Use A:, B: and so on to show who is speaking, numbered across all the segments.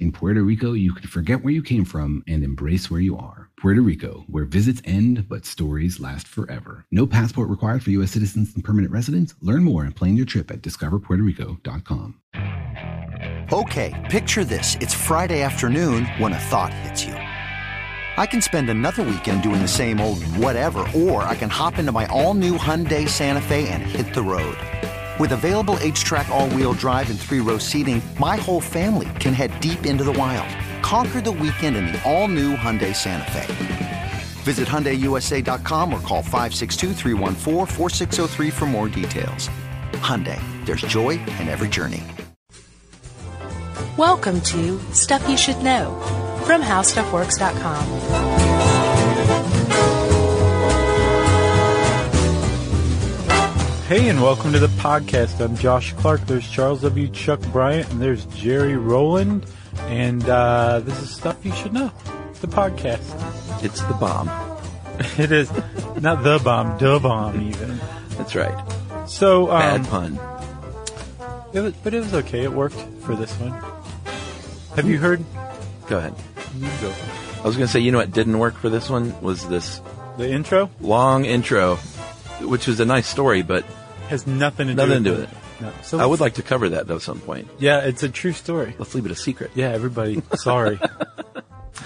A: In Puerto Rico, you can forget where you came from and embrace where you are. Puerto Rico, where visits end but stories last forever. No passport required for U.S. citizens and permanent residents. Learn more and plan your trip at discoverpuertorico.com.
B: Okay, picture this. It's Friday afternoon when a thought hits you. I can spend another weekend doing the same old whatever, or I can hop into my all new Hyundai Santa Fe and hit the road. With available H track, all wheel drive, and three row seating, my whole family can head deep into the wild. Conquer the weekend in the all new Hyundai Santa Fe. Visit HyundaiUSA.com or call 562-314-4603 for more details. Hyundai, there's joy in every journey.
C: Welcome to Stuff You Should Know from HowStuffWorks.com.
D: Hey, and welcome to the podcast. I'm Josh Clark. There's Charles W. Chuck Bryant, and there's Jerry Rowland. And uh, this is stuff you should know. The podcast.
E: It's the bomb.
D: It is not the bomb, the bomb even.
E: That's right.
D: So, um,
E: Bad pun.
D: it was, but it was okay. It worked for this one. Have you heard?
E: Go ahead. I was going to say, you know what didn't work for this one was this
D: The intro
E: long intro, which was a nice story, but
D: has nothing to do
E: Nothing to
D: with
E: do with
D: it. No. So
E: I would
D: let's-
E: like to cover that though at some point.
D: Yeah, it's a true story.
E: Let's leave it a secret.
D: Yeah, everybody. Sorry.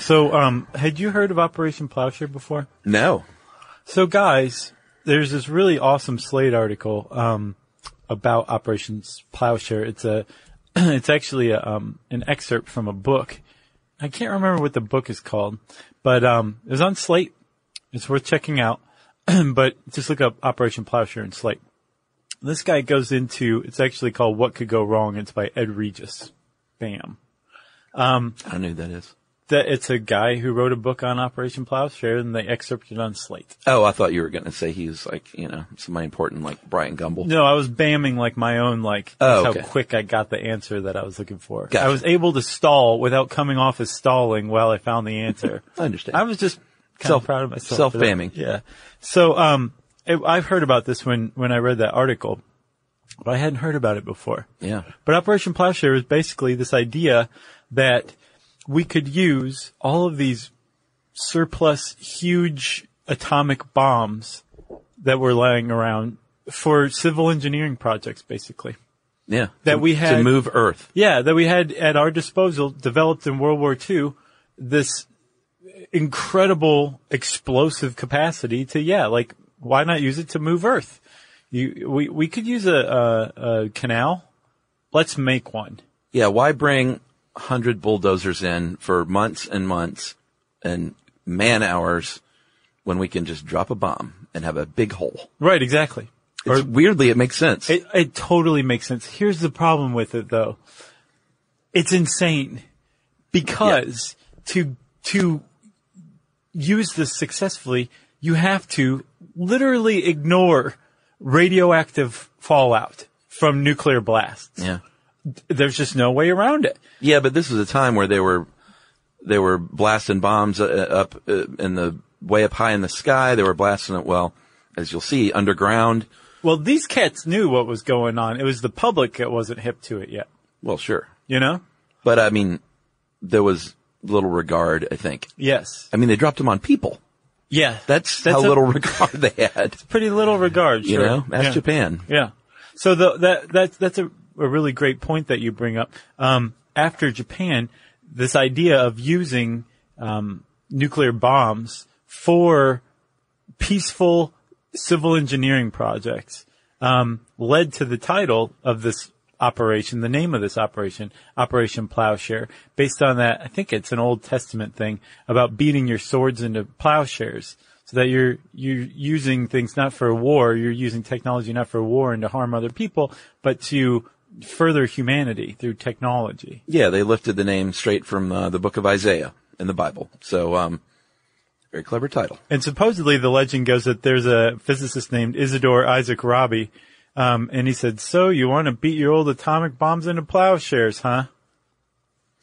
D: so, um, had you heard of Operation Plowshare before?
E: No.
D: So, guys, there's this really awesome Slate article um, about Operations Plowshare. It's a, it's actually a, um, an excerpt from a book. I can't remember what the book is called, but um, it was on Slate. It's worth checking out. but just look up Operation Plowshare in Slate. This guy goes into. It's actually called "What Could Go Wrong." It's by Ed Regis. Bam.
E: I don't know who that is.
D: that it's a guy who wrote a book on Operation Plowshare and they excerpted on Slate.
E: Oh, I thought you were going to say he was like, you know, somebody important like Brian Gumble.
D: No, I was bamming like my own like
E: Oh,
D: that's
E: okay.
D: how quick I got the answer that I was looking for.
E: Gotcha.
D: I was able to stall without coming off as stalling while I found the answer.
E: I understand.
D: I was just kind
E: Self-
D: of proud of myself. for that.
E: self-bamming.
D: Yeah. So um, I- I've heard about this when when I read that article, but I hadn't heard about it before.
E: Yeah.
D: But Operation Plowshare is basically this idea that we could use all of these surplus huge atomic bombs that were lying around for civil engineering projects, basically.
E: Yeah.
D: That
E: To-
D: we
E: to
D: had-
E: move Earth.
D: Yeah, that we had at our disposal, developed in World War II, this incredible explosive capacity to, yeah, like, why not use it to move Earth? You, we, we could use a, a, a canal. Let's make one.
E: Yeah. Why bring hundred bulldozers in for months and months and man hours when we can just drop a bomb and have a big hole?
D: Right, exactly.
E: It's, weirdly, it makes sense.
D: It, it totally makes sense. Here's the problem with it though. It's insane because to, to use this successfully, you have to literally ignore radioactive fallout from nuclear blasts.
E: yeah.
D: There's just no way around it.
E: Yeah, but this was a time where they were they were blasting bombs uh, up uh, in the way up high in the sky. They were blasting it well, as you'll see, underground.
D: Well, these cats knew what was going on. It was the public that wasn't hip to it yet.
E: Well, sure,
D: You know?
E: but I mean, there was little regard. I think.
D: Yes.
E: I mean, they dropped them on people.
D: Yeah.
E: That's,
D: That's
E: how
D: a-
E: little regard they had.
D: pretty little regard.
E: You
D: sure.
E: know, that's
D: Yeah.
E: Japan.
D: Yeah. So the, that that that's a, a really great point that you bring up. Um, after Japan, this idea of using um, nuclear bombs for peaceful civil engineering projects um, led to the title of this operation, the name of this operation, Operation Plowshare, based on that. I think it's an Old Testament thing about beating your swords into plowshares. So that you're, you're using things not for war, you're using technology not for war and to harm other people, but to further humanity through technology.
E: Yeah, they lifted the name straight from uh, the book of Isaiah in the Bible. So, um, Very clever title.
D: And supposedly the legend goes that there's a physicist named Isidore Isaac Rabi, um, and he said, so you want to beat your old atomic bombs into plowshares, huh?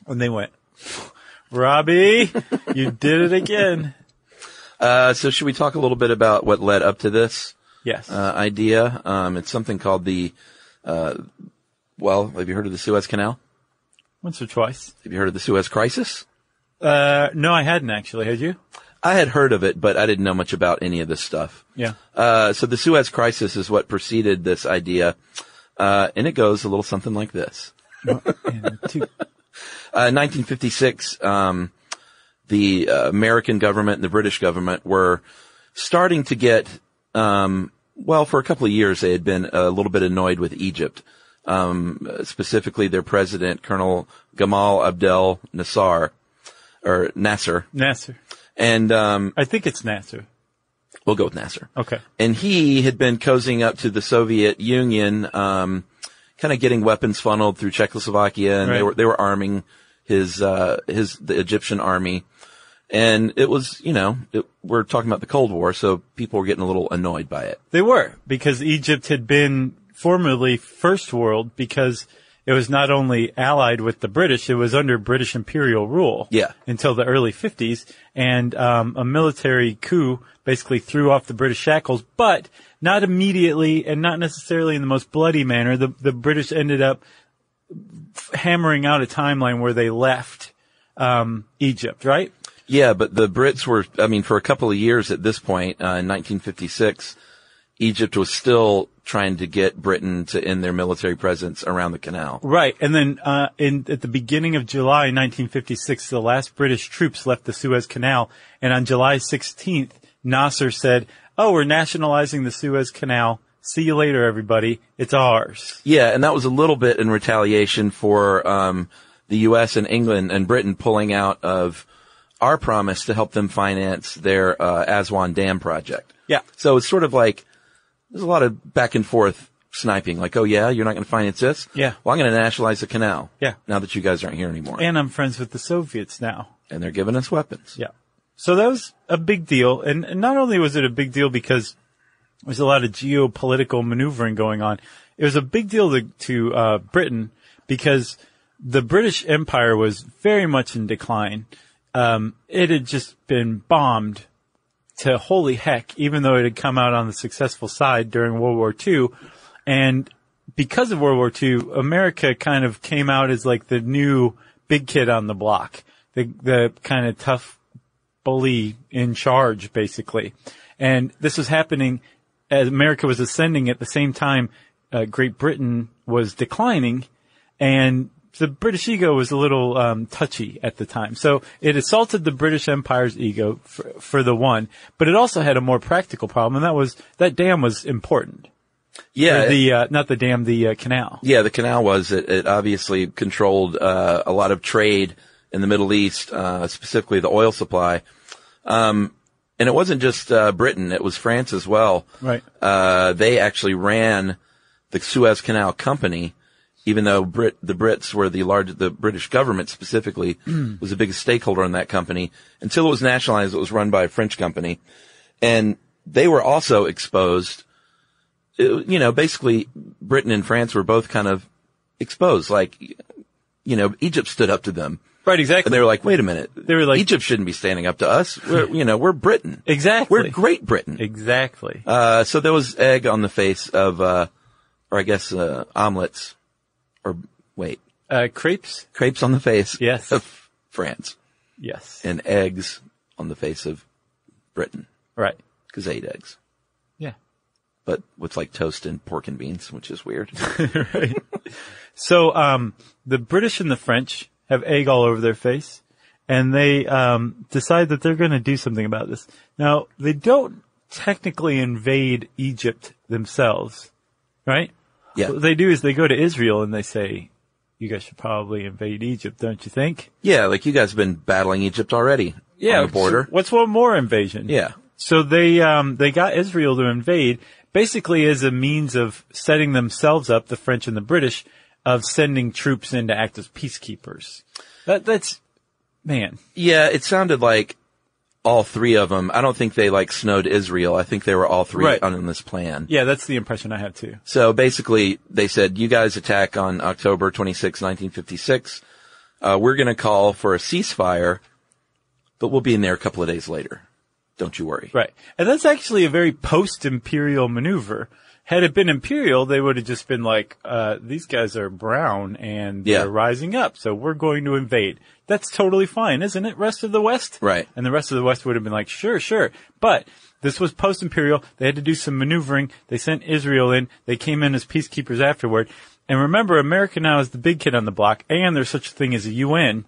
D: And they went, Robbie, you did it again.
E: Uh, so should we talk a little bit about what led up to this
D: Yes.
E: uh, idea? Um, it's something called the. Uh, well, have you heard of the Suez Canal?
D: Once or twice.
E: Have you heard of the Suez Crisis?
D: Uh, no, I hadn't actually. Had you?
E: I had heard of it, but I didn't know much about any of this stuff.
D: Yeah.
E: Uh, so the Suez Crisis is what preceded this idea, uh, and it goes a little something like this.
D: And two-
E: Uh, 1956, um, the uh, American government and the British government were starting to get, um, well, for a couple of years they had been a little bit annoyed with Egypt, um, specifically their president, Colonel Gamal Abdel Nasser, or Nasser,
D: Nasser.
E: and um,
D: I think it's Nasser.
E: we'll go with Nasser.
D: Okay.
E: and he had been cozying up to the Soviet Union, um, kind of getting weapons funneled through Czechoslovakia, and they
D: Right.
E: were they were arming his uh, his the Egyptian army, and it was you know it, we're talking about the Cold War, so people were getting a little annoyed by it.
D: They were because Egypt had been formerly first world because it was not only allied with the British, it was under British imperial rule.
E: Yeah.
D: Until the early 50s. And, um, a military coup basically threw off the British shackles, but not immediately and not necessarily in the most bloody manner. The, the British ended up f- hammering out a timeline where they left, um, Egypt, right?
E: Yeah, but the Brits were, I mean, for a couple of years at this point, uh, in 1956, Egypt was still trying to get Britain to end their military presence around the canal.
D: Right, and then uh, in at the beginning of July 1956, the last British troops left the Suez Canal, and on July 16th, Nasser said, "Oh, we're nationalizing the Suez Canal. See you later, everybody. It's ours."
E: Yeah, and that was a little bit in retaliation for um, the U.S. and England and Britain pulling out of our promise to help them finance their uh, Aswan Dam project.
D: Yeah.
E: So it's sort of like there's a lot of back and forth sniping. Like, oh yeah, you're not going to finance this.
D: Yeah.
E: Well, I'm going to nationalize the canal.
D: Yeah.
E: Now that you guys aren't here anymore,
D: And I'm friends with the Soviets now.
E: and they're giving us weapons.
D: Yeah. So that was a big deal. And, and not only was it a big deal because there was a lot of geopolitical maneuvering going on, it was a big deal to, to uh, Britain because the British Empire was very much in decline. Um, it had just been bombed to holy heck, even though it had come out on the successful side during World War II. And because of World War II, America kind of came out as like the new big kid on the block, the, the kind of tough bully in charge, basically. And this was happening as America was ascending at the same time uh, Great Britain was declining and the British ego was a little um, touchy at the time. So it assaulted the British Empire's ego for, for the one, but it also had a more practical problem, and that was that dam was important.
E: Yeah.
D: Or the uh, not the dam, the uh, canal.
E: Yeah, the canal was it, it obviously controlled uh, a lot of trade in the Middle East, uh, specifically the oil supply. Um, and it wasn't just uh, Britain; it was France as well.
D: Right.
E: Uh, they actually ran the Suez Canal Company, even though Brit the Brits were the large the British government specifically
D: Hmm.
E: was the biggest stakeholder in that company until it was nationalized. It was run by a French company, and they were also exposed it- you know, basically Britain and France were both kind of exposed. Like, you know, Egypt stood up to them
D: Right,
E: and
D: exactly.
E: they were like, wait a minute. They
D: were like-
E: Egypt shouldn't be standing up to us. We're, you know, we're Britain.
D: Exactly.
E: We're Great Britain.
D: exactly.
E: Uh, so there was egg on the face of, uh, or I guess, uh, omelets or wait,
D: Uh, crepes?
E: crepes on the face
D: Yes.
E: of France
D: Yes.
E: and eggs on the face of Britain
D: right.
E: because they ate eggs,
D: Yeah.
E: but with like toast and pork and beans, which is weird.
D: right. So, um, the British and the French have egg all over their face, and they um, decide that they're going to do something about this. Now, they don't technically invade Egypt themselves, right?
E: Yeah.
D: What they do is they go to Israel and they say, "You guys should probably invade Egypt, don't you think?"
E: Yeah, like you guys have been battling Egypt already. On the border.
D: What's one more invasion?
E: yeah.
D: So they um, they got Israel to invade basically as a means of setting themselves up, the French and the British, of sending troops in to act as peacekeepers. That that's man,
E: Yeah, it sounded like all three of them. I don't think they like snowed Israel. I think they were all three
D: Right.
E: on this plan.
D: Yeah, that's the impression I have too.
E: So basically, they said, you guys attack on October 26, 1956. Uh, we're going to call for a ceasefire, but we'll be in there a couple of days later. Don't you worry.
D: Right. And that's actually a very post-imperial maneuver. Had it been imperial, they would have just been like, uh, these guys are brown and they're
E: Yeah.
D: rising up, so we're going to invade. That's totally fine, isn't it? Rest of the West?
E: Right.
D: And the rest of the West would have been like, sure, sure. But this was post-imperial. They had to do some maneuvering. They sent Israel in. They came in as peacekeepers afterward. And remember, America now is the big kid on the block, and there's such a thing as a UN.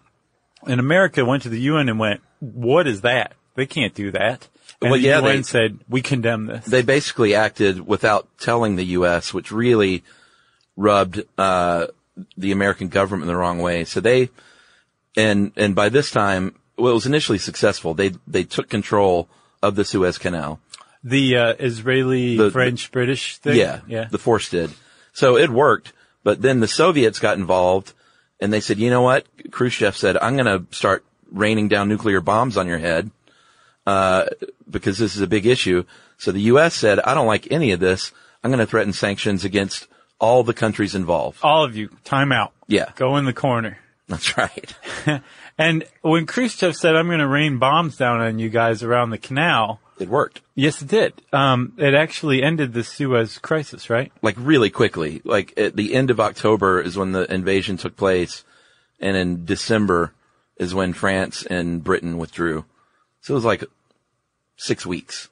D: And America went to the UN and went, what is that? They can't do that. And
E: Well,
D: the
E: yeah,
D: UN
E: they-
D: said, we condemn this.
E: They basically acted without telling the U.S., which really rubbed, uh, the American government the wrong way. So they, and, and by this time, well, it was initially successful. They, they took control of the Suez Canal.
D: the uh, Israeli,
E: The-
D: French, British thing?
E: Yeah,
D: Yeah.
E: The force did. So it worked, but then the Soviets got involved and they said, you know what? Khrushchev said, I'm going to start raining down nuclear bombs on your head, uh, because this is a big issue. So the U.S. said, I don't like any of this. I'm going to threaten sanctions against all the countries involved.
D: All of you, time out.
E: Yeah.
D: Go in the corner.
E: That's right.
D: And when Khrushchev said, I'm going to rain bombs down on you guys around the canal,
E: It worked.
D: yes, it did. Um, it actually ended the Suez crisis, right?
E: like really quickly. Like at the end of October is when the invasion took place, and in December is when France and Britain withdrew. So it was like six weeks,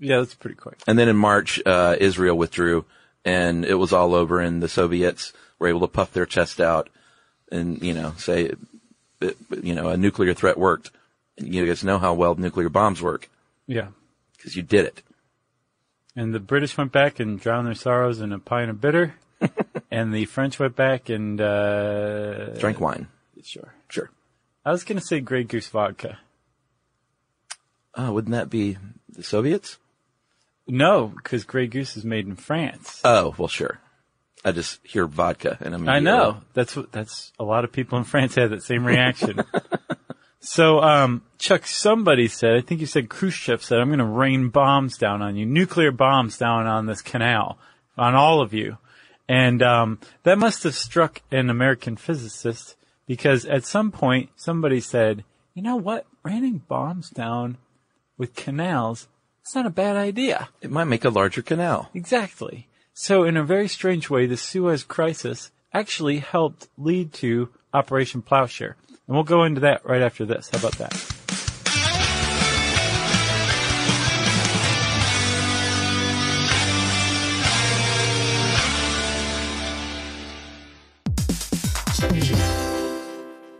D: Yeah, that's pretty quick.
E: and then in March, uh, Israel withdrew, and it was all over. And the Soviets were able to puff their chest out and you know say, it, you know, a nuclear threat worked. You guys know how well nuclear bombs work
D: Yeah.
E: because you did it.
D: And the British went back and drowned their sorrows in a pint of bitter. and the French went back and, uh,
E: Drank wine,
D: sure.
E: sure.
D: I was going to say Grey Goose vodka.
E: Oh, wouldn't that be the Soviets?
D: No, because Grey Goose is made in France.
E: Oh, well, sure. I just hear vodka and I'm.
D: I know. That's what, that's a lot of people in France had that same reaction. so, um, Chuck, somebody said, I think you said Khrushchev said, I'm going to rain bombs down on you, nuclear bombs down on this canal, on all of you. And, um, that must have struck an American physicist because at some point somebody said, you know what? Raining bombs down with canals, it's not a bad idea.
E: It might make a larger canal.
D: Exactly. So in a very strange way, the Suez crisis actually helped lead to Operation Plowshare. And we'll go into that right after this. How about that?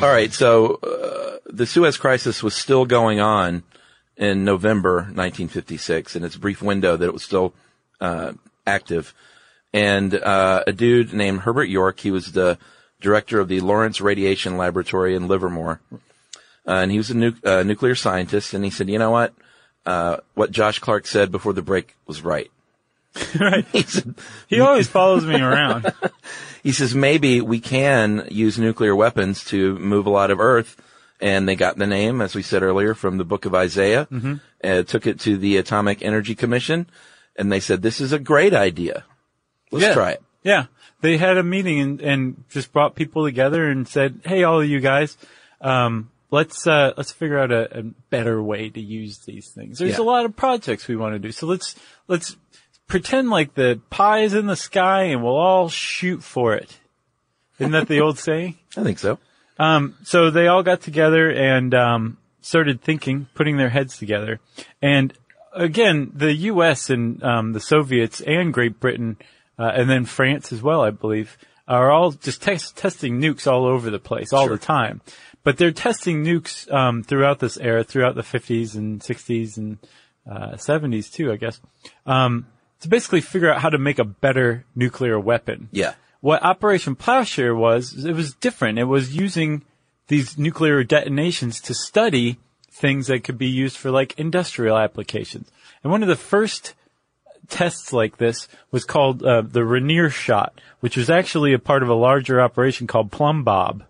E: All right. So uh, the Suez Crisis was still going on in November 1956, in its brief window that it was still uh, active. And uh, a dude named Herbert York, he was the director of the Lawrence Radiation Laboratory in Livermore, uh, and he was a nu- uh, nuclear scientist. And he said, "You know what? Uh, what Josh Clark said before the break was right."
D: right.
E: He said,
D: He always follows me around.
E: he says maybe we can use nuclear weapons to move a lot of Earth. And they got the name, as we said earlier, from the book of Isaiah,
D: Mm-hmm.
E: uh, took it to the Atomic Energy Commission, and they said, this is a great idea. Let's
D: Yeah.
E: try it.
D: Yeah. They had a meeting and, and just brought people together and said, Hey, all of you guys, um, let's, uh, let's figure out a, a better way to use these things. There's
E: Yeah.
D: a lot of projects we want to do. So let's, let's pretend like the pie is in the sky and we'll all shoot for it. Isn't that the old saying?
E: I think so.
D: so they all got together and um, started thinking, putting their heads together. And again, the U.S. and um, the Soviets and Great Britain uh, and then France as well, I believe, are all just test- testing nukes all over the place all the time. But they're testing nukes um, throughout this era, throughout the 50s and 60s and uh, 70s too, I guess, um, to basically figure out how to make a better nuclear weapon
E: Yeah.
D: what Operation Plowshare was, it was different. It was using these nuclear detonations to study things that could be used for like industrial applications. And one of the first tests like this was called uh, the Rainier shot, which was actually a part of a larger operation called Plumb Bob,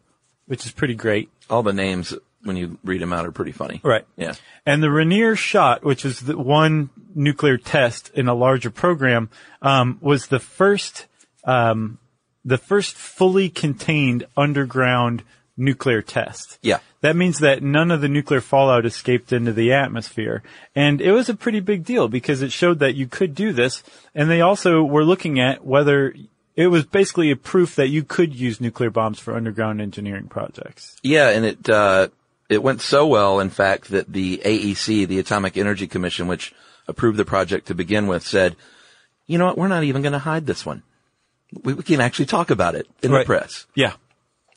D: which is pretty great.
E: All the names, when you read them out, are pretty funny.
D: Right.
E: Yeah.
D: And the Rainier shot, which was the one nuclear test in a larger program, um, was the first, um, the first fully contained underground nuclear test.
E: Yeah.
D: That means that none of the nuclear fallout escaped into the atmosphere. And it was a pretty big deal because it showed that you could do this. And they also were looking at whether it was basically a proof that you could use nuclear bombs for underground engineering projects.
E: Yeah, and it uh, it went so well, in fact, that the AEC, the Atomic Energy Commission, which approved the project to begin with, said, "You know what? We're not even going to hide this one. We, we can actually talk about it in the
D: Right.
E: press.
D: Yeah.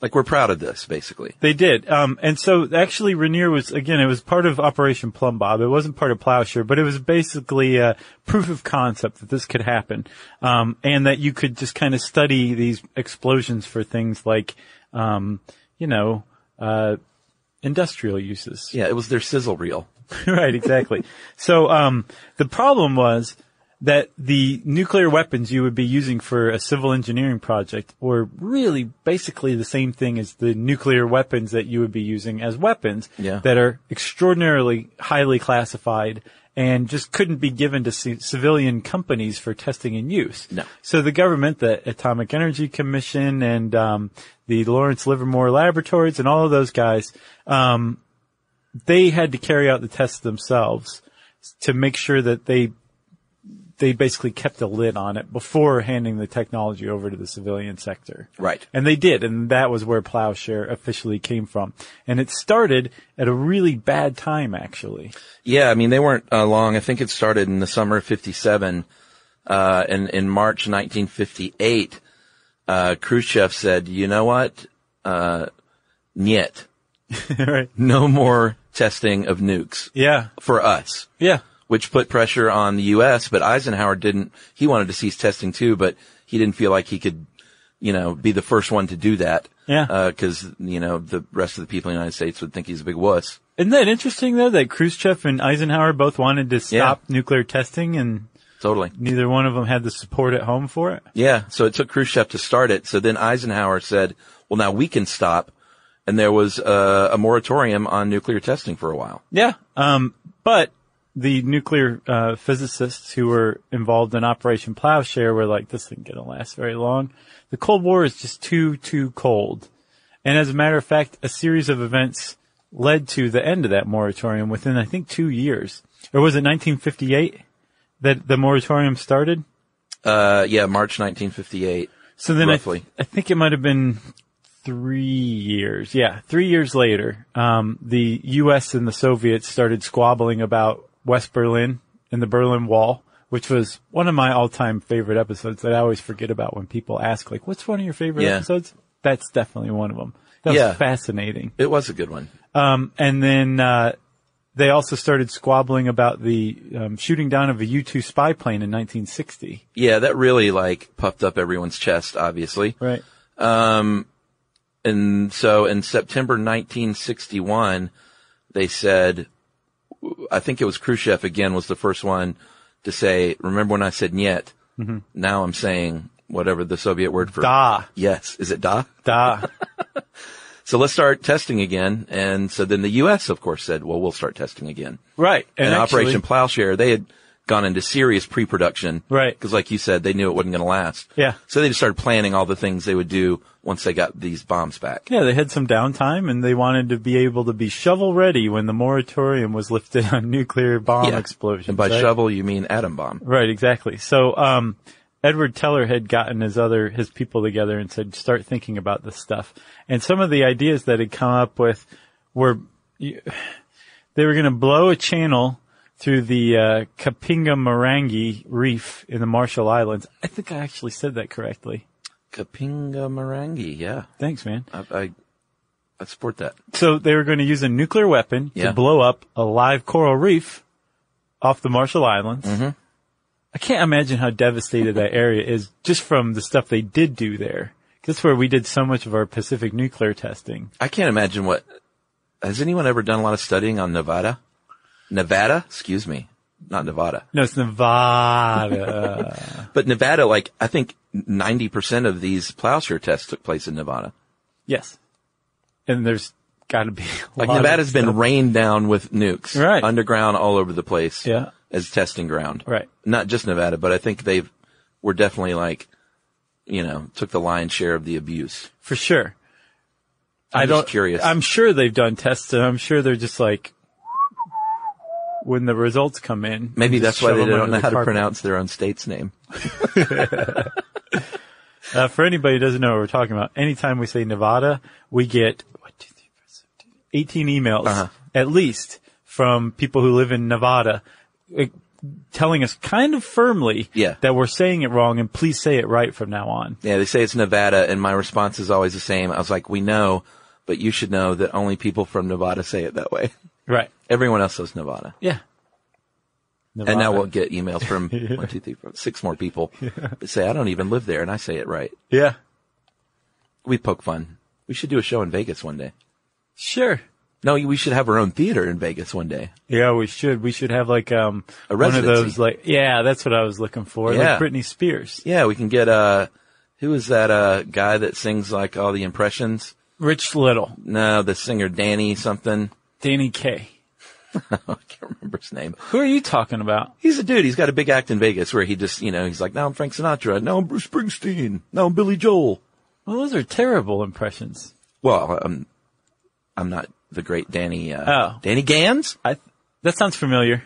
E: Like we're proud of this, basically."
D: They did. Um, and so actually Rainier was, again, it was part of Operation Plumb Bob. It wasn't part of Plowshare, but it was basically a proof of concept that this could happen. Um, and that you could just kind of study these explosions for things like, um, you know, uh, industrial uses.
E: Yeah, it was their sizzle reel.
D: right, exactly. so um, the problem was that the nuclear weapons you would be using for a civil engineering project were really basically the same thing as the nuclear weapons that you would be using as weapons
E: Yeah.
D: that are extraordinarily highly classified and just couldn't be given to c- civilian companies for testing and use.
E: No.
D: So the government, the Atomic Energy Commission and um, the Lawrence Livermore Laboratories and all of those guys um, they had to carry out the tests themselves to make sure that they they basically kept a lid on it before handing the technology over to the civilian sector.
E: Right.
D: And they did, and that was where plowshare officially came from. And it started at a really bad time actually.
E: Yeah, I mean they weren't uh, long. I think it started in the summer of '57, uh, and in March 1958, uh, Khrushchev said, "You know what? Uh, niet.
D: right.
E: No more testing of nukes
D: Yeah.
E: for us."
D: Yeah.
E: which put pressure on the U.S. But Eisenhower didn't. He wanted to cease testing too, but he didn't feel like he could, you know, be the first one to do that.
D: Yeah.
E: Because you know the rest of the people in the United States would think he's a big wuss.
D: Isn't that interesting though that Khrushchev and Eisenhower both wanted to stop nuclear testing and
E: Totally.
D: neither one of them had the support at home for it?
E: Yeah. So it took Khrushchev to start it. So then Eisenhower said, "Well, now we can stop." uh, And there was a, a moratorium on nuclear testing for a while.
D: Yeah. Um, but the nuclear uh, physicists who were involved in Operation Plowshare were like, this isn't going to last very long. The Cold War is just too, too cold. And as a matter of fact, a series of events led to the end of that moratorium within, I think, two years. Or was it 1958 that the moratorium started?
E: Uh, yeah, March 1958.
D: So then I, th-
E: Roughly.
D: I think it might have been three years. Yeah, three years later, um, the U.S. and the Soviets started squabbling about West Berlin and the Berlin Wall, which was one of my all-time favorite episodes that I always forget about when people ask, like, what's one of your favorite
E: Yeah.
D: episodes? That's definitely one of them. That was
E: Yeah.
D: fascinating.
E: It was a good one.
D: Um, and then uh, they also started squabbling about the um, shooting down of a U-2 spy plane in 1960.
E: Yeah, that really like puffed up everyone's chest, obviously.
D: Right.
E: And so in September 1961, they said, I think it was Khrushchev again was the first one to say, remember when I said "niet"? Now I'm saying whatever the Soviet word for
D: Da.
E: Yes. Is it da?
D: Da.
E: So let's start testing again. And so then the U.S. of course said, well, we'll start testing again.
D: right.
E: And,
D: actually-
E: Operation Plowshare, they had gone into serious pre-production.
D: Right.
E: Cause like you said, they knew it wasn't going to last.
D: Yeah.
E: So they just started planning all the things they would do once they got these bombs back.
D: Yeah, they had some downtime and they wanted to be able to be shovel ready when the moratorium was lifted on nuclear bomb
E: Yeah.
D: explosions.
E: And by
D: right?
E: shovel, you mean atom bomb.
D: Right, exactly. So, um, Edward Teller had gotten his other, his people together and said, start thinking about this stuff. And some of the ideas that had come up with were, you- they were going to blow a channel through the, uh, Kapinga Marangi Reef in the Marshall Islands. I think I actually said that correctly.
E: Kapinga Marangi. Yeah.
D: Thanks, man.
E: I, I, I support that.
D: So they were going to use a nuclear weapon
E: Yeah.
D: to blow up a live coral reef off the Marshall Islands.
E: Mm-hmm.
D: I can't imagine how devastated that area is just from the stuff they did do there. That's where we did so much of our Pacific nuclear testing.
E: I can't imagine what, has anyone ever done a lot of studying on Nevada? Nevada? Excuse me. Not Nevada.
D: No, it's Nevada.
E: But Nevada, like, I think 90% of these plowshare tests took place in Nevada.
D: yes. And there's got to be a
E: Like
D: lot of
E: Nevada's been
D: stuff.
E: rained down with nukes,
D: Right.
E: Underground, all over the place,
D: Yeah.
E: as testing ground,
D: Right.
E: Not just Nevada, but I think they've were definitely like, you know, took the lion's share of the abuse.
D: for sure.
E: I'm
D: I
E: just
D: don't,
E: curious.
D: I'm sure they've done tests, and I'm sure they're just like when the results come in.
E: Maybe
D: just
E: that's why
D: shove
E: they
D: them
E: don't
D: under
E: know
D: the
E: how to
D: carpet.
E: pronounce their own state's name.
D: Uh, for anybody who doesn't know what we're talking about, anytime we say Nevada, we get one, two, three, four, six, seven, eight, 18 emails
E: Uh-huh.
D: at least from people who live in Nevada uh, telling us kind of firmly
E: Yeah.
D: that we're saying it wrong and please say it right from now on.
E: Yeah, they say it's Nevada, and my response is always the same. I was like, we know, but you should know that only people from Nevada say it that way.
D: Right.
E: Everyone else says Nevada.
D: Yeah.
E: And now we'll get emails from one, two, three, four, six more people that say, I don't even live there, and I say it right.
D: Yeah.
E: We poke fun. We should do a show in Vegas one day.
D: Sure.
E: No, we should have our own theater in Vegas one day.
D: Yeah, we should. We should have like um
E: A
D: one of
E: residency.
D: those like yeah, that's what I was looking for.
E: Yeah.
D: Like Britney Spears.
E: Yeah, we can get uh who is that uh guy that sings like all the impressions?
D: Rich Little,
E: No, the singer Danny something.
D: Danny Kaye.
E: I can't remember his name.
D: Who are you talking about?
E: He's a dude. He's got a big act in Vegas where he just, you know, he's like, now I'm Frank Sinatra. Now I'm Bruce Springsteen. Now I'm Billy Joel.
D: Well, those are terrible impressions.
E: Well, I'm, I'm not the great Danny, uh,
D: Oh.
E: Danny Gans?
D: I that sounds familiar.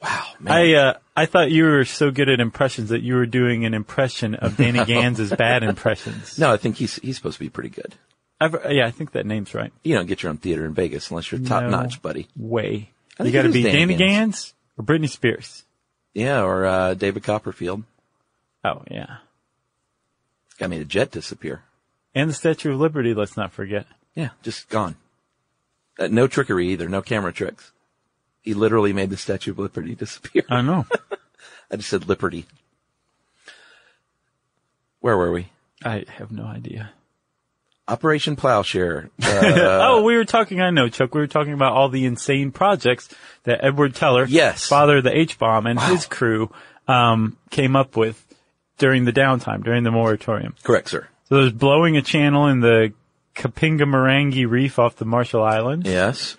E: Wow, man.
D: I uh, I thought you were so good at impressions that you were doing an impression of Danny Gans's bad impressions.
E: no, I think he's, he's supposed to be pretty good.
D: I've, uh, yeah, I think that name's right.
E: You don't get your own theater in Vegas unless you're top notch, buddy.
D: Way
E: I
D: you
E: think
D: got
E: it
D: to
E: is
D: be Danny,
E: Danny
D: Gans or Britney Spears.
E: Yeah, or, uh, David Copperfield.
D: Oh yeah,
E: I made a jet disappear.
D: and the Statue of Liberty. Let's not forget.
E: Yeah, just gone. Uh, no trickery either. No camera tricks. He literally made the Statue of Liberty disappear.
D: I know.
E: I just said Liberty. Where were we?
D: I have no idea.
E: Operation Plowshare. Uh,
D: oh, we were talking. I know, Chuck. We were talking about all the insane projects that Edward Teller,
E: Yes.
D: father of the H bomb, and his crew um, came up with during the downtime, during the moratorium.
E: correct, sir.
D: So there's blowing a channel in the Kapinga Marangi Reef off the Marshall Islands.
E: Yes.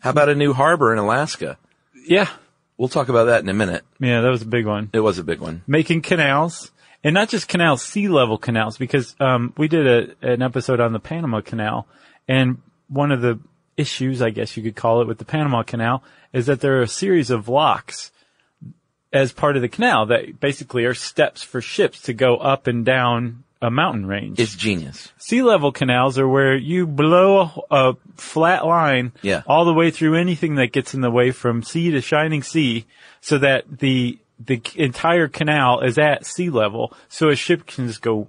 E: How about a new harbor in Alaska?
D: Yeah.
E: We'll talk about that in a minute.
D: Yeah, that was a big one.
E: It was a big one.
D: making canals and not just canals, sea level canals, because, um, we did a, an episode on the Panama Canal and one of the issues, I guess you could call it with the Panama Canal is that there are a series of locks as part of the canal that basically are steps for ships to go up and down a mountain range.
E: It's genius.
D: sea level canals are where you blow a, a flat line
E: Yeah.
D: all the way through anything that gets in the way from sea to shining sea so that the the c- entire canal is at sea level so a ship can just go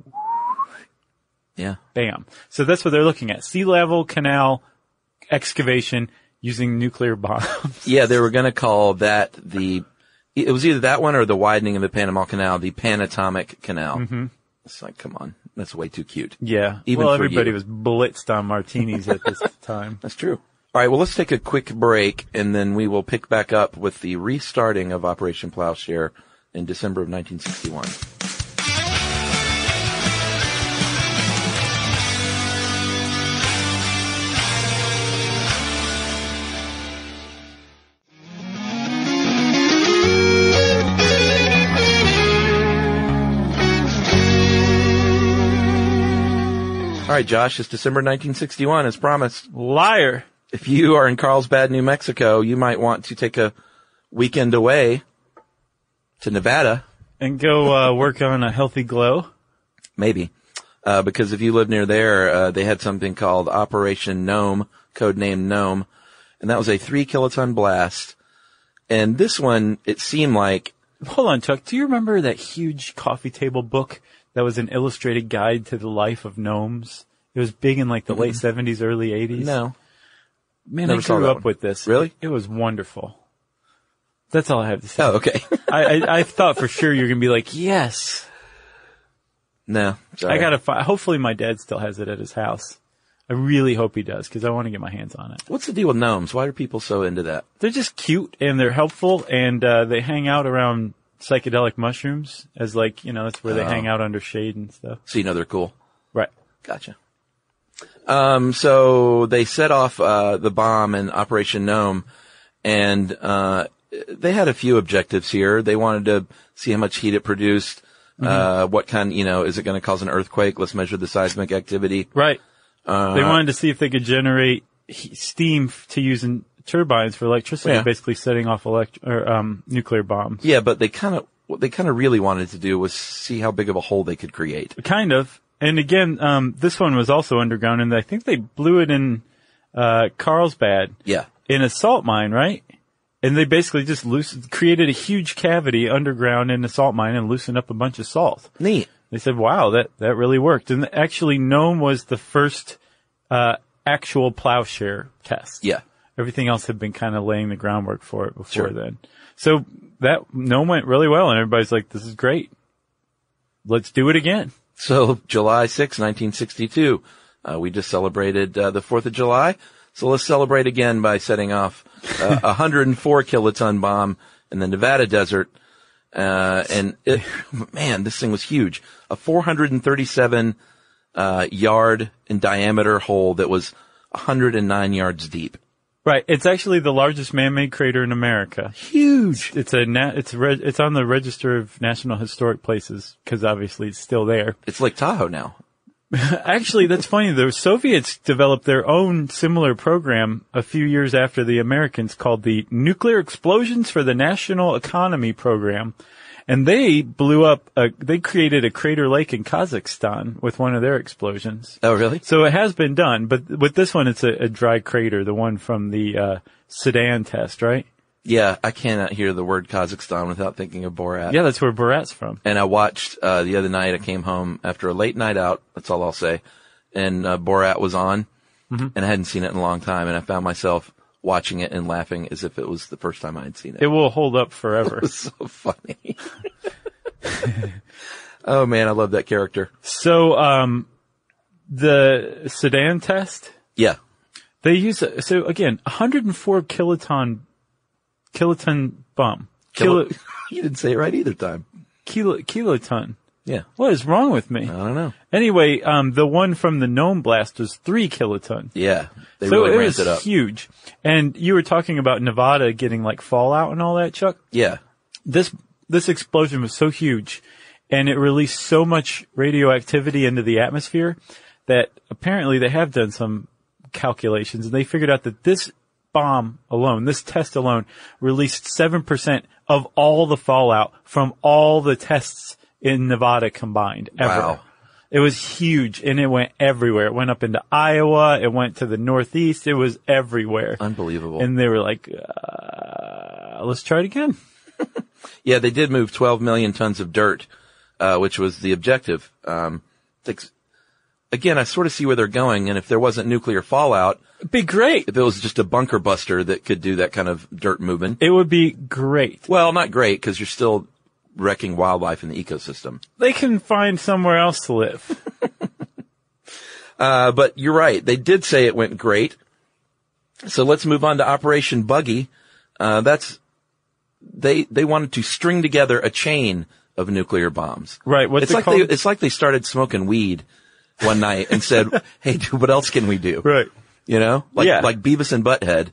E: Yeah.
D: bam so that's what they're looking at sea level canal excavation using nuclear bombs
E: Yeah, they were going to call that the. It was either that one or the widening of the Panama Canal, the Panatomic Canal. It's like, come on, that's way too cute.
D: yeah
E: Even
D: well
E: for
D: everybody
E: you.
D: was blitzed on martinis at this time
E: That's true. All right, well, let's take a quick break, and then we will pick back up with the restarting of Operation Plowshare in December of 1961. All right, Josh, it's December 1961, as promised.
D: liar
E: if you are in Carlsbad, New Mexico, you might want to take a weekend away to Nevada,
D: and go uh, work on a healthy glow
E: maybe. Uh, because if you live near there, uh, they had something called Operation Gnome, codenamed Gnome, and that was a three kiloton blast. And this one, it seemed like,
D: Hold on, Chuck. Do you remember that huge coffee table book that was an illustrated guide to the life of gnomes? It was big in like the late seventies, early eighties.
E: Mm-hmm. no,
D: man,
E: never
D: I
E: saw
D: grew
E: that
D: up
E: one.
D: with this.
E: Really?
D: It was wonderful. That's all I have to say.
E: oh, okay,
D: I, I, I thought for sure you were gonna be like, yes,
E: no, sorry.
D: I gotta find. Hopefully, my dad still has it at his house. I really hope he does because I want to get my hands on it.
E: What's the deal with gnomes? Why are people so into that?
D: They're just cute and they're helpful and uh, they hang out around psychedelic mushrooms as like you know that's where they
E: Oh.
D: hang out under shade and stuff.
E: So you know they're cool.
D: Right.
E: Gotcha. Um, so they set off uh, the bomb in Operation Gnome, and uh, they had a few objectives here. They wanted to see how much heat it produced. Uh, what kind, you know, is it going to cause an earthquake? Let's measure the seismic activity.
D: Right. they wanted to see if they could generate he- steam f- to use in turbines for electricity,
E: Yeah.
D: basically setting off elect- or, um, nuclear bombs.
E: Yeah, but they kind of what they kind of really wanted to do was see how big of a hole they could create.
D: Kind of. And again, um, this one was also underground, and I think they blew it in uh, Carlsbad
E: Yeah,
D: in a salt mine, right? And they basically just loose- created a huge cavity underground in the salt mine and loosened up a bunch of salt.
E: neat.
D: They said, "Wow, that that really worked." And actually, Nome was the first uh, actual plowshare test.
E: Yeah,
D: everything else had been kind of laying the groundwork for it before
E: Sure.
D: then. So that gnome went really well, and everybody's like, "This is great. Let's do it again."
E: So July 6, 1962, uh, we just celebrated uh, the 4th of July. So let's celebrate again by setting off uh, a 104 kiloton bomb in the Nevada desert. Uh, and it, man, this thing was huge. A 437 uh, yard in diameter hole that was 109 yards deep.
D: Right. It's actually the largest man-made crater in America.
E: Huge.
D: It's a na- it's re- it's on the register of National Historic Places because obviously it's still there.
E: It's like Tahoe now.
D: Actually, that's funny. The Soviets developed their own similar program a few years after the Americans called the Nuclear Explosions for the National Economy Program. And they blew up, a, they created a crater lake in Kazakhstan with one of their explosions.
E: Oh, really?
D: So it has been done, but with this one, it's a, a dry crater, the one from the uh, Sedan test, right?
E: Yeah, I cannot hear the word Kazakhstan without thinking of Borat.
D: Yeah, that's where Borat's from.
E: and I watched uh, the other night. I came home after a late night out. That's all I'll say. And uh, Borat was on,
D: Mm-hmm.
E: and I hadn't seen it in a long time. And I found myself watching it and laughing as if it was the first time I had seen it.
D: It will hold up forever.
E: was so funny. oh man, I love that character.
D: so, um, the Sedan test,
E: Yeah,
D: They use so again 104 kiloton kiloton bomb kilo
E: you didn't say it right either time.
D: kilo kiloton
E: Yeah.
D: What is wrong with me?
E: I don't know.
D: Anyway, um, the one from the Gnome Blast was three kiloton.
E: Yeah. They
D: so
E: really
D: it
E: ramped
D: was
E: it up.
D: huge. And you were talking about Nevada getting like fallout and all that, Chuck.
E: Yeah.
D: This, this explosion was so huge and it released so much radioactivity into the atmosphere that apparently they have done some calculations and they figured out that this bomb alone, this test alone released 7% of all the fallout from all the tests in Nevada combined ever.
E: Wow.
D: It was huge and it went everywhere. It went up into Iowa. It went to the Northeast. It was everywhere.
E: Unbelievable.
D: And they were like, uh, let's try it again.
E: Yeah, they did move 12 million tons of dirt, uh, which was the objective. Um, it's- again, I sort of see where they're going. And if there wasn't nuclear fallout,
D: It'd be great.
E: if it was just a bunker buster that could do that kind of dirt moving,
D: It would be great.
E: well, not great because you're still wrecking wildlife in the ecosystem.
D: They can find somewhere else to live.
E: Uh, but you're right. They did say it went great. So let's move on to Operation Buggy. Uh, that's, they, they wanted to string together a chain of nuclear bombs.
D: Right, what's
E: it's
D: it
E: like
D: called?
E: They, it's like they started smoking weed one night and said, Hey, dude, what else can we do?
D: Right.
E: You know, like,
D: Yeah.
E: like Beavis and Butthead.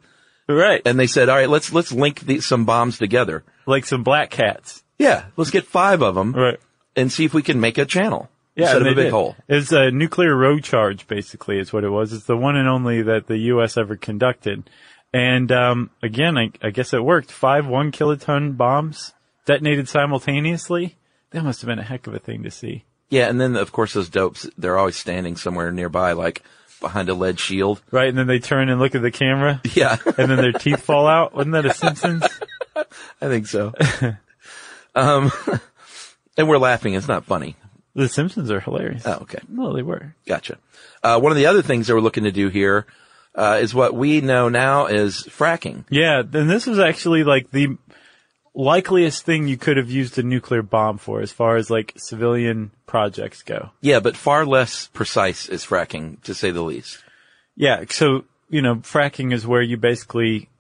D: Right.
E: And they said, all right, let's, let's link these, some bombs together.
D: like some black cats.
E: Yeah. Let's get five of them
D: Right.
E: and see if we can make a channel
D: Yeah,
E: instead
D: and
E: of a
D: they
E: big
D: did.
E: hole.
D: It's a nuclear road charge, basically, is what it was. It's the one and only that the U.S. ever conducted. And um, again, I, I guess it worked. Five one kiloton bombs detonated simultaneously. That must have been a heck of a thing to see.
E: Yeah, and then of course those dopes, they're always standing somewhere nearby, like behind a lead shield.
D: Right, and then they turn and look at the camera,
E: Yeah,
D: and then their teeth fall out. Wasn't that a Simpsons?
E: I think so. um, and we're laughing. It's not funny.
D: The Simpsons are hilarious.
E: Oh, okay.
D: Well, they were.
E: Gotcha. Uh, one of the other things that we're looking to do here, uh, is what we know now is fracking.
D: Yeah, then this was actually like the likeliest thing you could have used a nuclear bomb for as far as like civilian projects go.
E: Yeah, but far less precise is fracking, to say the least.
D: Yeah, so, you know, fracking is where you basically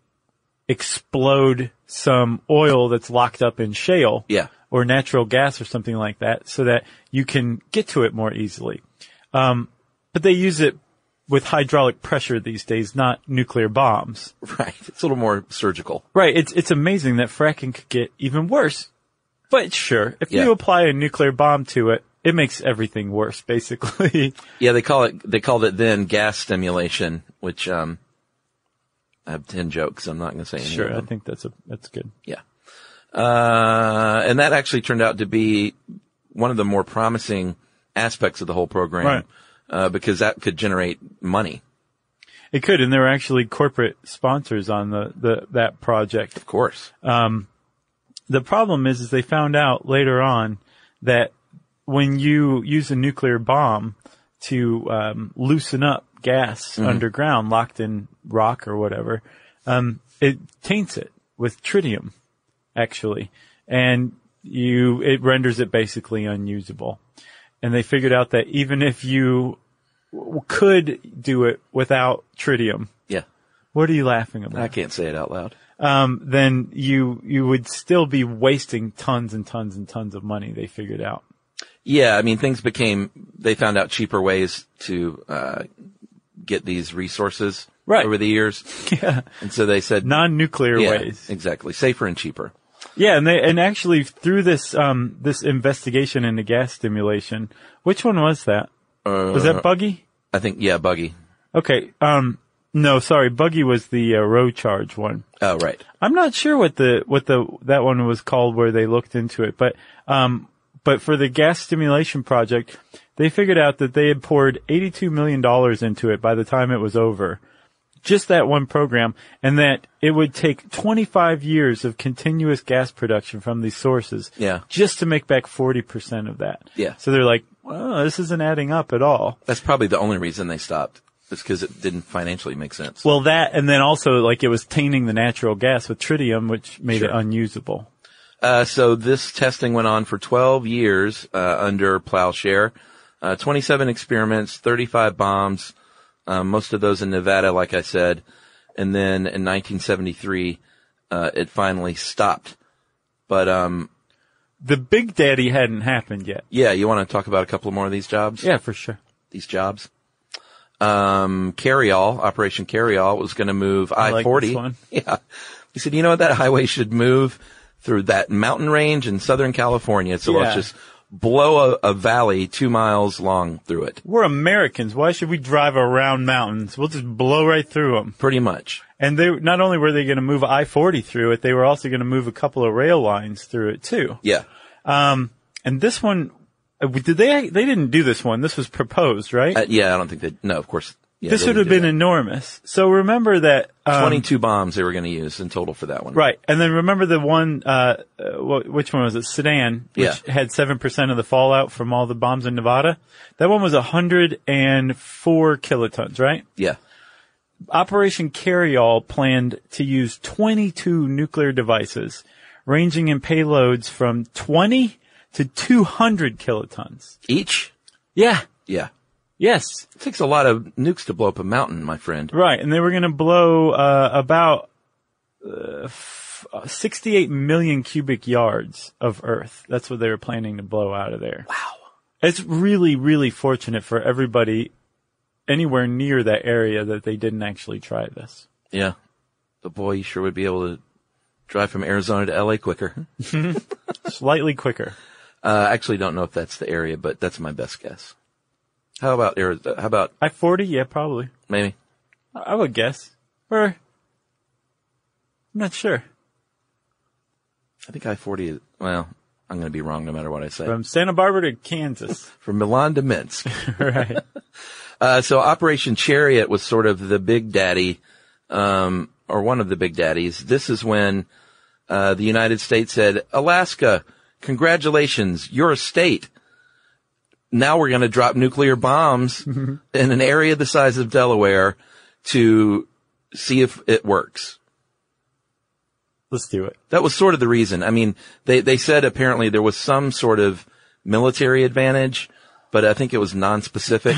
D: explode some oil that's locked up in shale.
E: Yeah.
D: Or natural gas or something like that so that you can get to it more easily. Um, but they use it with hydraulic pressure these days, not nuclear bombs.
E: Right. It's a little more surgical.
D: Right. It's, it's amazing that fracking could get even worse. But sure, if
E: Yeah.
D: you apply a nuclear bomb to it, it makes everything worse, basically.
E: Yeah, they call it, they called it then gas stimulation, which, um, I have 10 jokes. I'm not going to say any of
D: sure. I
E: them.
D: think that's a, that's good.
E: Yeah. Uh, and that actually turned out to be one of the more promising aspects of the whole program.
D: Right.
E: Uh, because that could generate money,
D: It could, and there were actually corporate sponsors on the, the that project.
E: of course.
D: The problem is, is they found out later on that when you use a nuclear bomb to um, loosen up gas underground, locked in rock or whatever, um, it taints it with tritium, actually, and you it renders it basically unusable. And they figured out that even if you w- could do it without tritium,
E: yeah.
D: what are you laughing about?
E: I can't say it out loud.
D: um, then you you would still be wasting tons and tons and tons of money. They figured out.
E: Yeah. I mean, things became, they found out cheaper ways to, uh, get these resources
D: Right.
E: over the years.
D: Yeah,
E: And so they said,
D: non-nuclear
E: yeah,
D: ways.
E: exactly. Safer and cheaper.
D: Yeah, and they and actually through this um this investigation into gas stimulation, which one was that? was that Buggy?
E: I think, yeah, buggy.
D: Okay. Um, no, sorry, Buggy was the uh, row charge one.
E: Oh, right.
D: I'm not sure what the what the that one was called where they looked into it, but um, but for the gas stimulation project, they figured out that they had poured 82 million dollars into it by the time it was over, just that one program, and that it would take 25 years of continuous gas production from these sources,
E: Yeah.
D: just to make back 40 percent of that.
E: Yeah.
D: So they're like, well, this isn't adding up at all.
E: That's probably the only reason they stopped. It's because it didn't financially make sense.
D: Well, that and then also like it was tainting the natural gas with tritium, which made
E: Sure.
D: it unusable.
E: Uh, so this testing went on for 12 years uh, under Plowshare. Uh, 27 experiments, 35 bombs, um, most of those in Nevada, like I said. And then in 1973, uh, it finally stopped. But um,
D: the Big Daddy hadn't happened yet.
E: Yeah, you want to talk about a couple more of these jobs?
D: Yeah, for sure.
E: These jobs. Um, Carryall, Operation Carryall was going to move I-40.
D: like this one.
E: Yeah. He said, you know what? That highway should move through that mountain range in Southern California. So let's
D: Yeah.
E: just blow a, a valley two miles long through it.
D: We're Americans. Why should we drive around mountains? We'll just blow right through them.
E: Pretty much.
D: And they not only were they going to move I-40 through it, they were also going to move a couple of rail lines through it too.
E: Yeah.
D: And this one, uh, did they? They didn't do this one. This was proposed, right?
E: Uh, yeah. I don't think that, no, of course. Yeah,
D: this
E: they
D: would have
E: didn't
D: been
E: do
D: enormous. So remember that.
E: that.
D: Um,
E: 22 bombs they were going to use in total for that one.
D: Right, and then remember the one, uh, uh, wh- which one was it? Sedan, which
E: Yeah.
D: had seven percent of the fallout from all the bombs in Nevada. That one was hundred and four kilotons, right?
E: Yeah.
D: Operation Carryall planned to use 22 nuclear devices, ranging in payloads from 20 to 200 kilotons.
E: Each?
D: Yeah.
E: Yeah.
D: Yes.
E: It takes a lot of nukes to blow up a mountain, my friend.
D: Right, and they were going to blow uh, about uh, f- uh, 68 million cubic yards of Earth. That's what they were planning to blow out of there. Wow. It's really, really fortunate for everybody anywhere near that area that they didn't actually try this.
E: Yeah. The boy, you sure would be able to drive from Arizona to LA quicker.
D: Slightly quicker.
E: Uh, I actually don't know if that's the area, but that's my best guess. How about Arizona? How about
D: I 40? Yeah, probably.
E: maybe?
D: I I would guess. Or, I'm not sure.
E: I think I-40 is, well, I'm going to be wrong no matter what I say.
D: From Santa Barbara to Kansas.
E: From Milan to Minsk.
D: right.
E: Uh, so Operation Chariot was sort of the big daddy, um, or one of the big daddies. This is when, uh, the United States said, Alaska, congratulations, you're a state. Now we're going to drop nuclear bombs in an area the size of Delaware to see if it works.
D: Let's do it.
E: That was sort of the reason. I mean, they, they said apparently there was some sort of military advantage, but I think it was non-specific.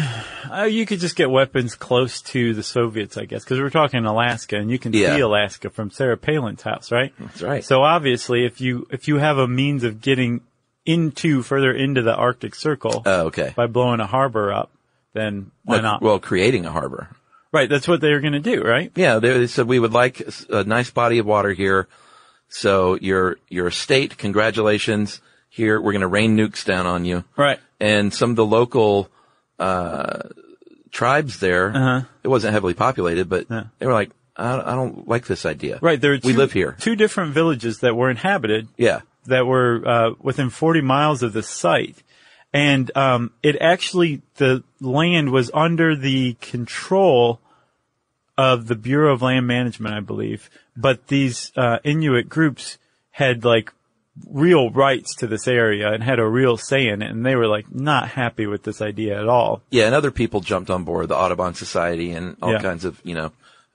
D: Uh, you could just get weapons close to the Soviets, I guess, because we're talking Alaska, and you can
E: Yeah.
D: see Alaska from Sarah Palin's house, right? That's
E: right.
D: So obviously, if you if you have a means of getting into further into the Arctic Circle
E: Oh, okay.
D: by blowing a harbor up, then why
E: Well,
D: not?
E: Well, creating a harbor.
D: right, that's what they were going to do, right?
E: Yeah, they, they said we would like s- a nice body of water here. So your your state, congratulations. Here we're going to rain nukes down on you.
D: Right.
E: And some of the local uh, tribes there,
D: Uh-huh.
E: it wasn't heavily populated, but they were like, I, I don't like this idea.
D: Right. There are two,
E: we live here.
D: Two different villages that were inhabited
E: Yeah.
D: that were uh, within 40 miles of the site. And um, it actually, the land was under the control of the Bureau of Land Management, I believe. But these uh, Inuit groups had like real rights to this area and had a real say in it. And they were like not happy with this idea at all.
E: Yeah, and other people jumped on board, the Audubon Society and all
D: Yeah. Mm-hmm. kinds
E: kinds of, you know,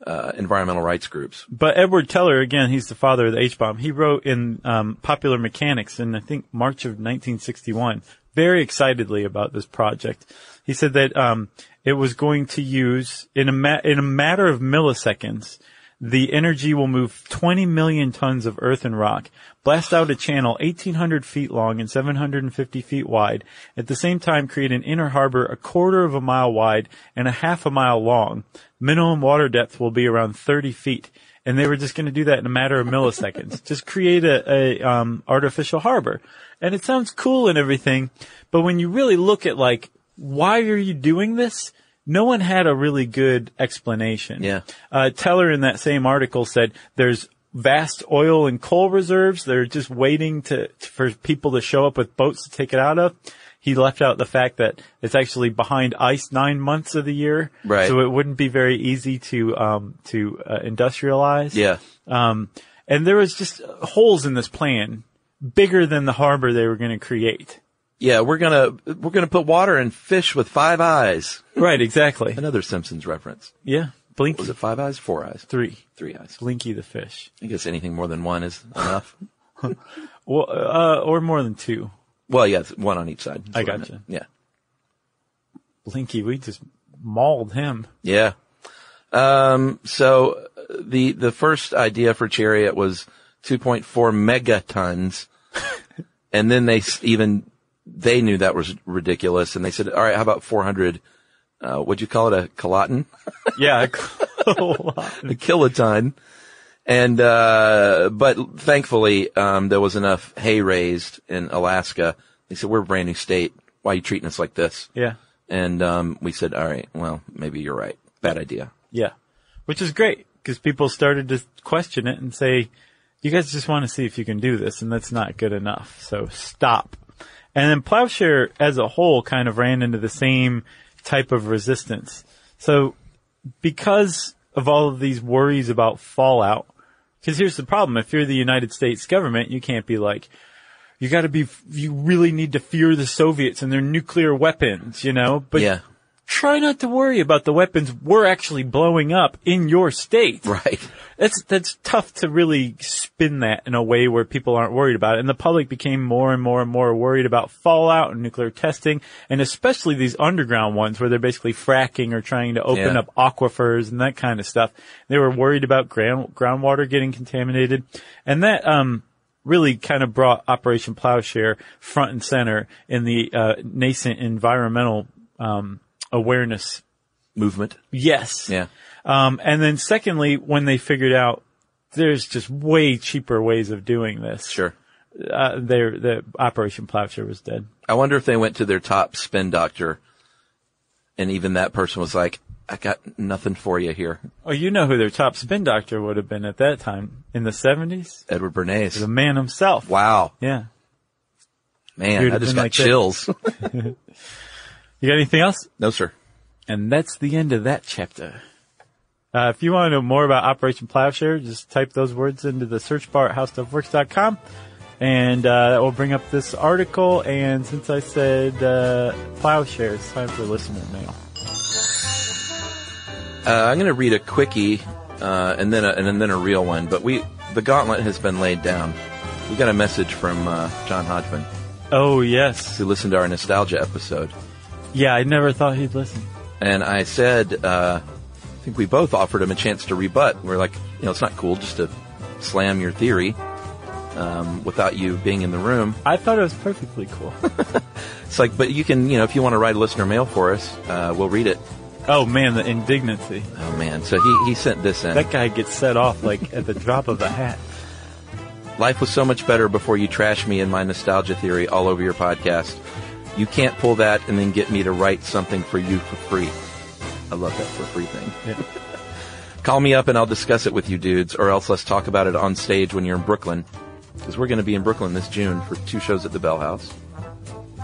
E: uh, environmental rights groups.
D: But Edward Teller, again, he's the father of the H bomb. He wrote in um, Popular Mechanics in I think March of 1961, very excitedly about this project. He said that um, it was going to use in a ma- in a matter of milliseconds. The energy will move 20 million tons of earth and rock, blast out a channel 1,800 feet long and 750 feet wide, at the same time create an inner harbor a quarter of a mile wide and a half a mile long. Minimum water depth will be around 30 feet. And they were just going to do that in a matter of milliseconds. just create a, a um, artificial harbor. And it sounds cool and everything, but when you really look at like, why are you doing this? No one had a really good explanation.
E: Yeah.
D: Uh, Teller in that same article said there's vast oil and coal reserves. They're just waiting to, for people to show up with boats to take it out of. He left out the fact that it's actually behind ice nine months of the year.
E: Right.
D: So it wouldn't be very easy to, um, to uh, industrialize.
E: Yeah.
D: Um, and there was just holes in this plan bigger than the harbor they were going to create.
E: Yeah, we're gonna, we're gonna put water in fish with five eyes.
D: Right. Exactly.
E: Another Simpsons reference.
D: Yeah. Blinky.
E: Was it five eyes? Four eyes?
D: Three.
E: Three eyes.
D: Blinky the fish.
E: I guess anything more than one is enough.
D: Well, uh, or more than two.
E: well, yeah, it's one on each side. That's
D: I
E: what
D: gotcha.
E: meant. Yeah.
D: Blinky, we just mauled him.
E: Yeah. Um, so uh, the, the first idea for Chariot was 2.4 megatons. And then they s- even, they knew that was ridiculous. And they said, all right, how about 400? Uh, what'd you call it? A kiloton?
D: Yeah.
E: a kiloton. And, uh, but thankfully, um, there was enough hay raised in Alaska. They said, we're a brand new state. Why are you treating us like this?
D: yeah.
E: And, um, we said, all right, well, maybe you're right. Bad idea.
D: Yeah. Which is great because people started to question it and say, you guys just want to see if you can do this and that's not good enough. So stop. And then Plowshare as a whole kind of ran into the same type of resistance. So because of all of these worries about fallout, because here's the problem. If you're the United States government, you can't be like, you gotta be, you really need to fear the Soviets and their nuclear weapons, you know? But
E: yeah.
D: try not to worry about the weapons we're actually blowing up in your state.
E: Right.
D: That's that's tough to really spin that in a way where people aren't worried about it. And the public became more and more and more worried about fallout and nuclear testing, and especially these underground ones where they're basically fracking or trying to open
E: Yeah.
D: up aquifers and that kind of stuff. They were worried about ground groundwater getting contaminated, and that um really kind of brought Operation Plowshare front and center in the uh, nascent environmental um, awareness.
E: Movement.
D: Yes.
E: Yeah.
D: Um, and then secondly, when they figured out there's just way cheaper ways of doing this,
E: Sure.
D: uh, their the Operation Plowshare was dead.
E: I wonder if they went to their top spin doctor and even that person was like, I got nothing for you here.
D: Oh, you know who their top spin doctor would have been at that time in the 70s?
E: Edward Bernays.
D: The man himself.
E: Wow.
D: Yeah. You'd
E: Man, I
D: have
E: just
D: been
E: got
D: like that.
E: chills.
D: You got anything else?
E: no, sir.
D: And that's the end of that chapter. Uh, if you want to know more about Operation Plowshare, just type those words into the search bar at howstuffworks.com. And uh, that will bring up this article. And since I said uh, Plowshare, it's time for listener mail.
E: Uh, I'm going to read a quickie uh, and then a, and then a real one. But we the gauntlet has been laid down. We got a message from uh, John Hodgman
D: Oh, yes.
E: who listened to our nostalgia episode,
D: Yeah, I never thought he'd listen.
E: and I said uh, I think we both offered him a chance to rebut. We're like, you know, it's not cool just to slam your theory um, without you being in the room.
D: I thought it was perfectly cool.
E: It's like, but you can, you know, if you want to write a listener mail for us, uh, we'll read it.
D: oh, man, the indignity.
E: Oh man, so he he sent this in.
D: That guy gets set off like at the drop of a hat.
E: Life was so much better before you trashed me and my nostalgia theory all over your podcast. You can't pull that and then get me to write something for you for free. I love that for free thing.
D: Yeah.
E: Call me up and I'll discuss it with you dudes, or else let's talk about it on stage when you're in Brooklyn. Because we're going to be in Brooklyn this June for two shows at the Bell House.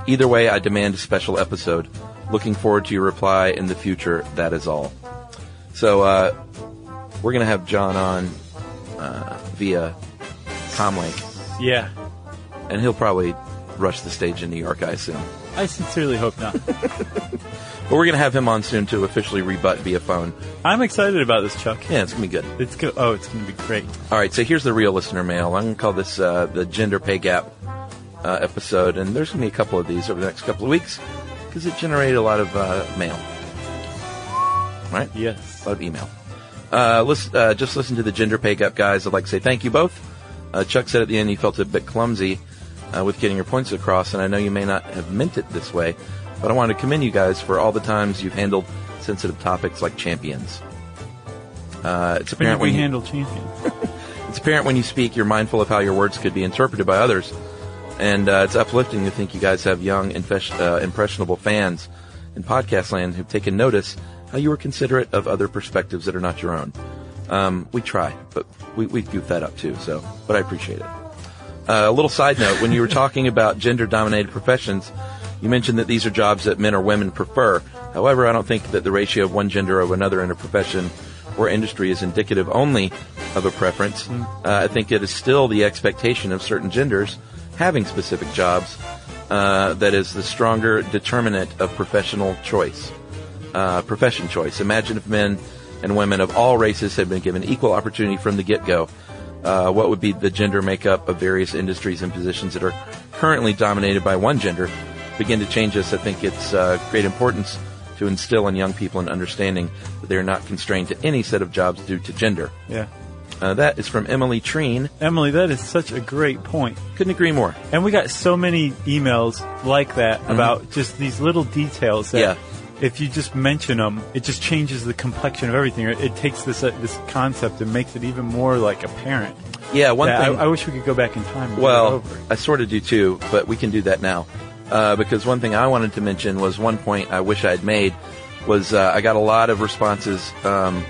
E: Either way, I demand a special episode. Looking forward to your reply in the future. That is all. So, uh, we're going to have John on, uh, via Comlink
D: Yeah.
E: and he'll probably rush the stage in New York, I assume.
D: I sincerely hope not.
E: But we're going to have him on soon to officially rebut via phone.
D: I'm excited about this, Chuck.
E: Yeah, it's going to be good.
D: It's go- oh, it's going to be great.
E: All right, so here's the real listener mail. I'm going to call this uh, the gender pay gap uh, episode, and there's going to be a couple of these over the next couple of weeks because it generated a lot of uh, mail. Right?
D: Yes.
E: A lot of email. Uh, listen, uh, just listen to the gender pay gap guys. I'd like to say thank you both. Uh, Chuck said at the end he felt a bit clumsy uh, with getting your points across, and I know you may not have meant it this way, but I want to commend you guys for all the times you've handled sensitive topics like champions. Uh, it's
D: When
E: apparent
D: we
E: when you-
D: handle champions.
E: it's apparent when you speak, you're mindful of how your words could be interpreted by others, and uh, it's uplifting to think you guys have young, infesh- uh, impressionable fans in podcast land who've taken notice how you were considerate of other perspectives that are not your own. Um, we try, but we, we goof that up too. So, but I appreciate it. Uh, a little side note: when you were talking about gender-dominated professions, you mentioned that these are jobs that men or women prefer. However, I don't think that the ratio of one gender over another in a profession or industry is indicative only of a preference. Uh, I think it is still the expectation of certain genders having specific jobs uh, that is the stronger determinant of professional choice uh, profession choice. Imagine if men and women of all races had been given equal opportunity from the get-go. Uh, what would be the gender makeup of various industries and positions that are currently dominated by one gender? Begin to change this. I think it's uh, great importance to instill in young people an understanding that they are not constrained to any set of jobs due to gender.
D: Yeah.
E: Uh, that is from Emily Treen.
D: Emily, that is such a great point.
E: Couldn't agree more.
D: And we got so many emails like that about just these little details that
E: Mm-hmm. Yeah.
D: if you just mention them, it just changes the complexion of everything. It, it takes this uh, this concept and makes it even more like apparent.
E: Yeah, one
D: Yeah,
E: thing.
D: I, I wish we could go back in time. And do it
E: Well,
D: over.
E: I sort of do too, but we can do that now. Uh, because one thing I wanted to mention was one point I wish I'd made was uh, I got a lot of responses, um,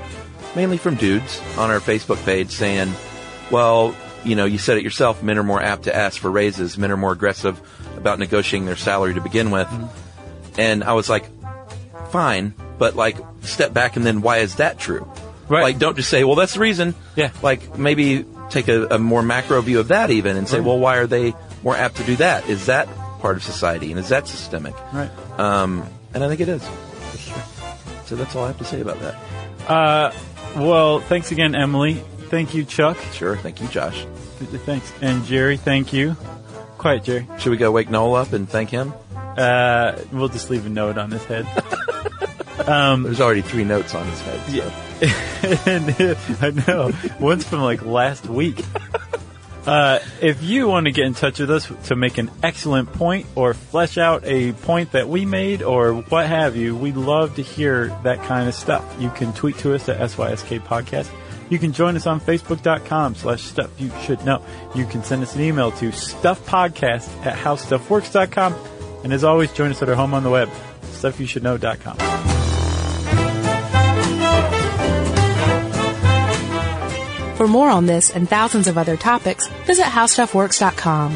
E: mainly from dudes on our Facebook page saying, well, you know, you said it yourself, men are more apt to ask for raises, men are more aggressive about negotiating their salary to begin with.
D: Mm-hmm.
E: And I was like, fine, but like, step back and then why is that true?
D: Right.
E: Like, don't just say, well, that's the reason.
D: Yeah.
E: Like, maybe take a, a more macro view of that even and say, well, why are they more apt to do that? Is that part of society and is that systemic?
D: right.
E: Um, and I think it is. So that's all I have to say about that.
D: Uh, well, thanks again, Emily. Thank you, Chuck.
E: Sure. Thank you, Josh.
D: Thanks. And Jerry, thank you. Quiet, Jerry.
E: Should we go wake Noel up and thank him?
D: Uh, we'll just leave a note on his head.
E: There's already three notes on his head. So. Yeah.
D: and uh, I know one's from like last week. Uh, if you want to get in touch with us to make an excellent point or flesh out a point that we made or what have you, we love to hear that kind of stuff. You can tweet to us at SYSK Podcast. You can join us on Facebook.com slash Stuff You Should Know. You can send us an email to StuffPodcast at HowStuffWorks.com. And as always, join us at our home on the web, StuffYouShouldKnow.com.
C: For more on this and thousands of other topics, visit howstuffworks.com.